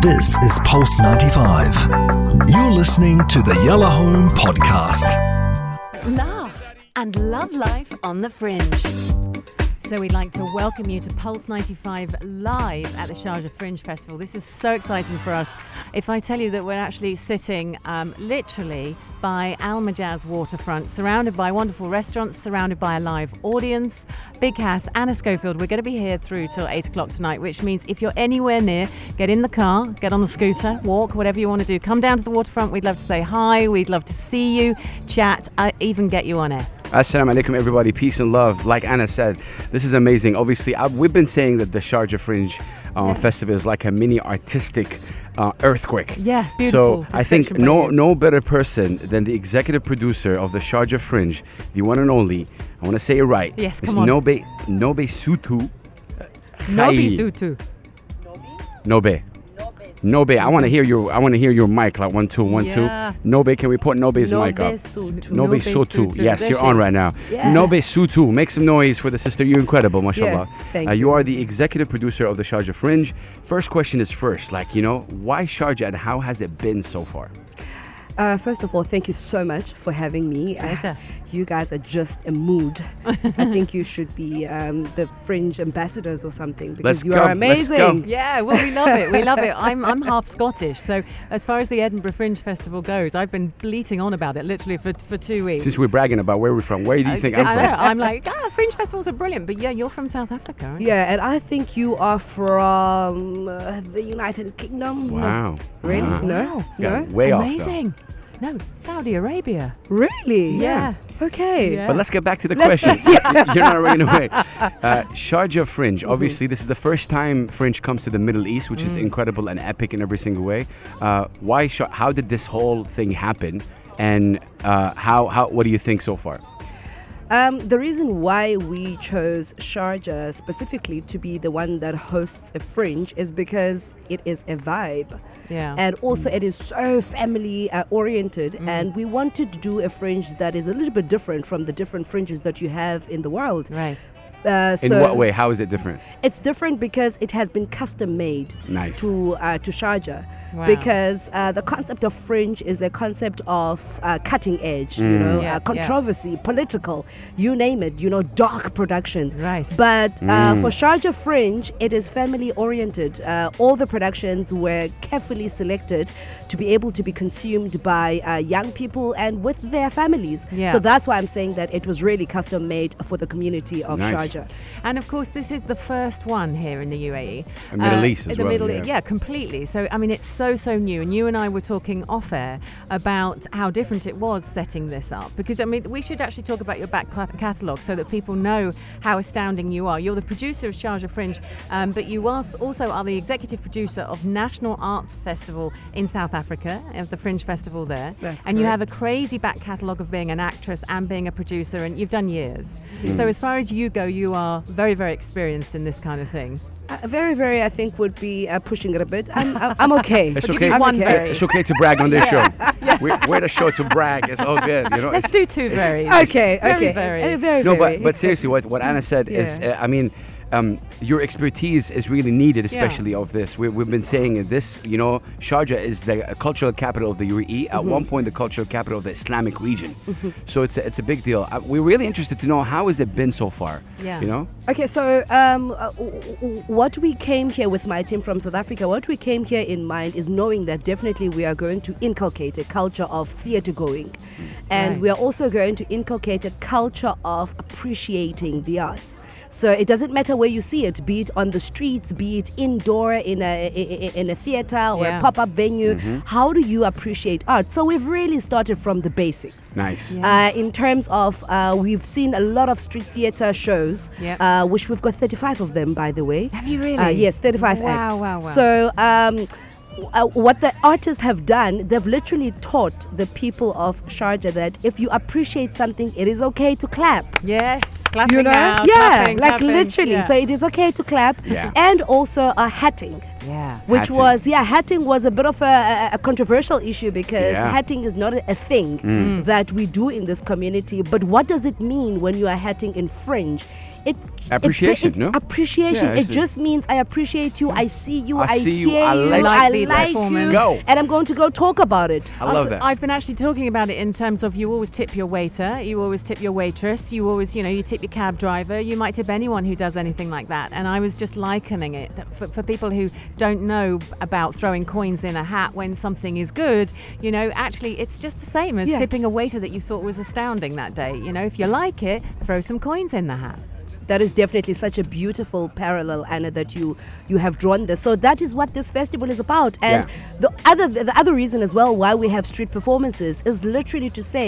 This is Pulse 95. You're listening to the Yellow Home Podcast. Laugh and love life on the fringe. So we'd like to welcome you to Pulse 95 live at the Sharjah Fringe Festival. This is so exciting for us. If I tell you that we're actually sitting um, literally by Al Majaz waterfront, surrounded by wonderful restaurants, surrounded by a live audience, Big Cass, Anna Schofield. We're going to be here through till 8 o'clock tonight, which means if you're anywhere near, get in the car, get on the scooter, walk, whatever you want to do. Come down to the waterfront. We'd love to say hi. We'd love to see you, chat, uh, even get you on air. Assalamu alaikum, everybody. Peace and love. Like Anna said, this is amazing. Obviously, I, we've been saying that the Sharjah Fringe uh, Festival is like a mini artistic uh, earthquake. Yeah, beautiful So I think description, no Bailey. no better person than the executive producer of the Sharjah Fringe, the one and only. I want to say it right. Yes, Miss come on. Nobe Nobe Sutu. uh, Nobi Hi. Sutu. Nobe. Nobe, I want to hear your I want to hear your mic like one two one two. Yeah. Nobe, can we put Nobe's mic up? Nobe, Sotu. Yes, you're on right now. Yeah. Nobe Sutu. Make some noise for the sister. You're incredible, mashallah. thank uh, you. you. are the executive producer of the Sharjah Fringe. First question is first, like, you know, why Sharjah and how has it been so far? Uh, first of all, thank you so much for having me. Uh, Pleasure. you guys are just a mood. I think you should be um, the fringe ambassadors or something because Let's you go, are let's go. amazing. Yeah, well, we love it. We love it. I'm, I'm half Scottish, so as far as the Edinburgh Fringe Festival goes, I've been bleating on about it literally for, for two weeks. Since we're bragging about where we're from, where do you think I'm I from? know. I'm like, ah, Fringe festivals are brilliant, but yeah, you're from South Africa, aren't you? Yeah, and I think you are from uh, the United Kingdom. Wow. Ah. Really? Wow. No. Yeah, No. way off. though. Amazing. No, Saudi Arabia. Really? Yeah. Okay. Yeah. But let's get back to the Let's- question. You're not running away. Uh, Sharjah Fringe. Mm-hmm. Obviously, this is the first time Fringe comes to the Middle East, which Mm. is incredible and epic in every single way. Uh, why? Shar- how did this whole thing happen? And uh, how, how? What do you think so far? Um, the reason why we chose Sharjah specifically to be the one that hosts a fringe is because it is a vibe. Yeah. And also, it is so family uh, oriented, and we wanted to do a fringe that is a little bit different from the different fringes that you have in the world. Right. Uh, In so what way? How is it different? It's different because it has been custom made Nice. to uh, to Sharjah. Wow. Because uh, the concept of fringe is a concept of uh, cutting edge, you Mm. know, Yeah, yeah. uh, controversy, political, you name it, you know, dark productions. Right. But uh, Mm. for Sharjah Fringe, it is family oriented. Uh, all the productions were carefully selected to be able to be consumed by uh, young people and with their families. Yeah. So that's why I'm saying that it was really custom made for the community of Nice. Sharjah. And of course, this is the first one here in the UAE. The Middle East as Uh, the well, Middle yeah. East, yeah, completely. So, I mean, it's so, so new. And you and I were talking off air about how different it was setting this up. Because, I mean, we should actually talk about your back cat- catalogue so that people know how astounding you are. You're the producer of Sharjah Fringe, um, but you are s- also are the executive producer of National Arts Festival in South Africa, of the Fringe Festival there. That's and you correct. have a crazy back catalogue of being an actress and being a producer, and you've done years. So, as far as you go, you are very, very experienced in this kind of thing. Uh, very, very, I think would be uh, pushing it a bit. I'm, I'm- I'm okay. It's give okay. me one It's- very. It's okay to brag on this show. We're, we're the show to brag. It's all good. You know. Let's it's- do two very. Okay, Very, okay. very. Uh, very, no, very. but but seriously, what what Anna said is, Yeah. uh, I mean. Um, your expertise is really needed, especially of this. We, we've been saying it, this, you know, Sharjah is the uh, cultural capital of the UAE. At Mm-hmm. one point, the cultural capital of the Islamic region. So it's a, it's a big deal. Uh, we're really interested to know how has it been so far. Yeah. You know, Okay, so um, uh, w- w- what we came here with my team from South Africa, what we came here in mind is knowing that definitely we are going to inculcate a culture of theatre going. And Mm. Right. we are also going to inculcate a culture of appreciating the arts. So it doesn't matter where you see it, be it on the streets, be it indoor in a i- i- in a theater or Yeah. Mm-hmm. a pop-up venue. How do you appreciate art? So we've really started from the basics. nice. Uh, in terms of, uh, we've seen a lot of street theatre shows, Yep. uh, which we've got 35 of them, by the way. Have you really? Uh, yes, 35 Wow, acts. wow, wow. So, um, w- uh, what the artists have done, they've literally taught the people of Sharjah that if you appreciate something, it is okay to clap. Yes. Clapping You know? now, yeah, clapping, like clapping. literally. Yeah. So it is okay to clap. Yeah. And also uh, hatting yeah. which Hatting. was yeah hatting was a bit of a, a- a controversial issue because Yeah. Mm. hatting is not a, a thing that we do in this community but what does it mean when you are hatting in fringe It it- Appreciation, it's no? Appreciation. Yeah, it it's a- just means I appreciate you. I see you. I I, see you, hear I you. like I the like you. performance. Go. And I'm going to go talk about it. I love Also, that. I've been actually talking about it in terms of you always tip your waiter, you always tip your waitress, you always, you know, you tip your cab driver, you might tip anyone who does anything like that. And I was just likening it for, for people who don't know about throwing coins in a hat when something is good, you know, actually it's just the same as Yeah. tipping a waiter that you thought was astounding that day. You know, if you like it, throw some coins in the hat. That is definitely such a beautiful parallel, Anna, that you you have drawn this. So that is what this festival is about. And Yeah. the other the other reason as well why we have street performances is literally to say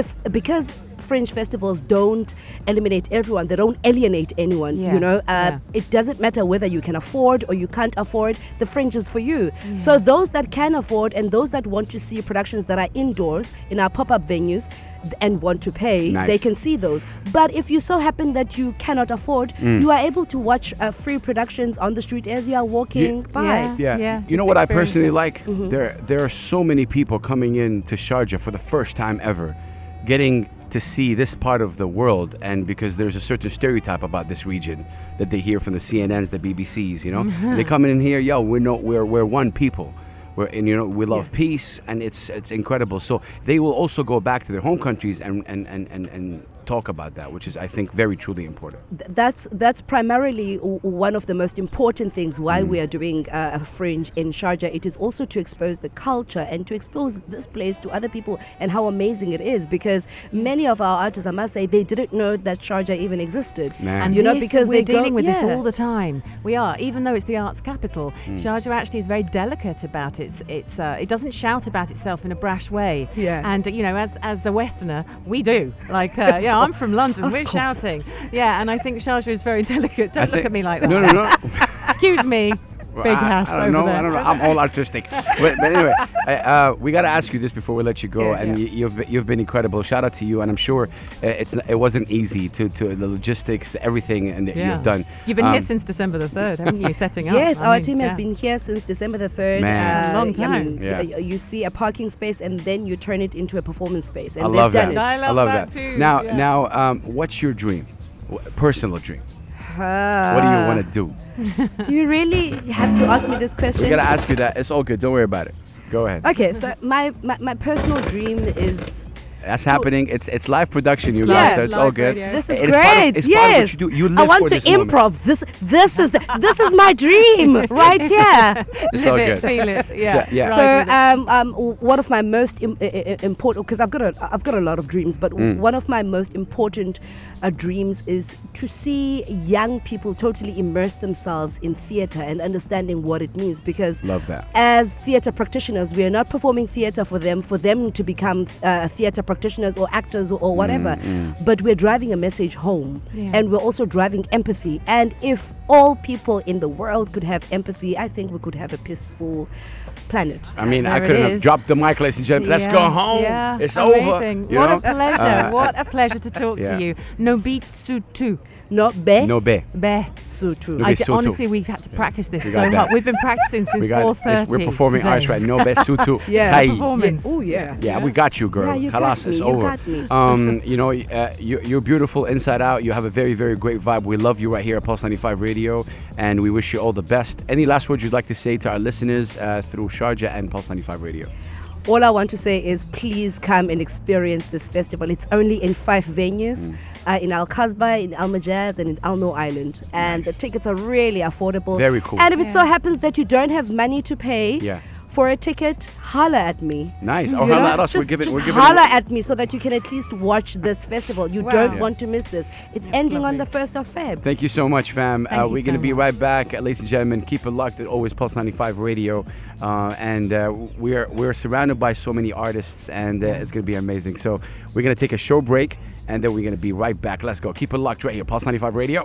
if because Fringe festivals don't eliminate everyone, they don't alienate anyone. Yeah. You know, uh, Yeah. it doesn't matter whether you can afford or you can't afford. The Fringe is for you. So those that can afford and those that want to see productions that are indoors in our pop-up venues th- and want to pay, Nice. they can see those. But if you so happen that you cannot afford, you are able to watch uh, free productions on the street as you are walking by. Yeah. Yeah. Yeah, You know just what I experience personally it. Mm-hmm. like? There there are so many people coming in to Sharjah for the first time ever, getting to see this part of the world and because there's a certain stereotype about this region that they hear from the CNNs, the BBCs, you know. Mm-hmm. And they come in here, yo, we're not we're we're one people. We're, and you know we love peace and it's it's incredible. So they will also go back to their home countries and and, and, and, and talk about that, which is I think very truly important. Th- that's that's primarily w- one of the most important things why we are doing uh, a fringe in Sharjah. It is also to expose the culture and to expose this place to other people and how amazing it is. Because many of our artists, I must say, they didn't know that Sharjah even existed. Man. And you know, this- because we're they go- dealing with this yeah. all the time. We are, even though it's the arts capital. Hmm. Sharjah actually is very delicate about its. It's uh, it doesn't shout about itself in a brash way. Yeah. And you know, as as a Westerner, we do. Like, uh, yeah, I'm from London. we're shouting. Yeah. And I think Sharjah is very delicate. Don't I look think- at me like that. No, no, no. Excuse me. Well, Big I, house I don't over know. there. I don't know. I'm all artistic. but, but anyway, I, uh, we got to ask you this before we let you go. Yeah, and yeah. You, you've been- you've been incredible. Shout out to you. And I'm sure uh, it's it wasn't easy to to the logistics, everything, and that Yeah. you've done. You've been here Um, since December the third, haven't you? Setting up. Yes, I our mean, team has yeah. been here since December the 3rd. Oh, Man. A long I mean, time. y- Yeah. y- you see a parking space and then you turn it into a performance space. And I they've love done that. it. I love that that. too, Now, yeah. now, um, what's your dream? Wh- Personal dream. What do Uh, you want to do? Do you really have to ask me this question? We gotta ask you that. It's all good. Don't worry about it. Go ahead. Okay, so my, my, my personal dream is That's happening. It's it's live production, you live. guys. So it's all Live good. radio. this is It great. part of- it's part of yes, what you do. You I live want for to this improv. moment. This this is the, this is my dream right here. It's all Live it, good. feel it. Yeah. yeah. Ride with So it. um, um, w- one of my most Im- i- i- important because I've got a I've got a lot of dreams, but Mm. w one of my most important uh, dreams is to see young people totally immerse themselves in theatre and understanding what it means. Because Love that. as theatre practitioners, we are not performing theatre for them for them to become uh, theatre practitioners or actors or, or whatever, Mm, but we're driving a message home, Yeah. and we're also driving empathy. And if all people in the world could have empathy, I think we could have a peaceful planet. I mean, There I it couldn't have is. dropped the mic, ladies and gentlemen. Let's go Yeah, home. Yeah. It's Amazing. over. you What know? a pleasure. Uh, what a pleasure to talk yeah. to you. No beat su tu. No be. No be. Be. So true. No I be d- su tu. honestly, we've had to practice this We got so that. hard. We've been practicing since We got 4.30. it's- We're performing today. arts right. No be sutu. Yeah. Hey. Performance. Oh yeah. Yeah, we got you, girl. Yeah, you got Khalas, me, it's you over. got me. Um, you know, y- uh, you, you're beautiful inside out. You have a very, very great vibe. We love you right here at Pulse 95 Radio, and we wish you all the best. Any last words you'd like to say to our listeners uh, through Sharjah and Pulse 95 Radio? All I want to say is please come and experience this festival. It's only in five venues. Mm. Uh, in Al Kasbah, in Al Majaz, and in Al Noor Island. And the tickets are really affordable. Very cool. And if it so Yeah. happens that you don't have money to pay Yeah. for a ticket, holla at me. Nice. Oh, You holla know, at us. We're just- giving. just we're giving holla at me so that you can at least watch this festival. You Wow. don't Yeah. want to miss this. It's ending lovely. on the 1st of Feb. Thank you so much, fam. Thank uh, you we're going to so be much. right back, uh, ladies and gentlemen. Keep it locked at always Pulse 95 Radio, uh, and uh, we're we're surrounded by so many artists, and uh, it's going to be amazing. So we're going to take a show break, and then we're going to be right back. Let's go. Keep it locked right here, Pulse 95 Radio.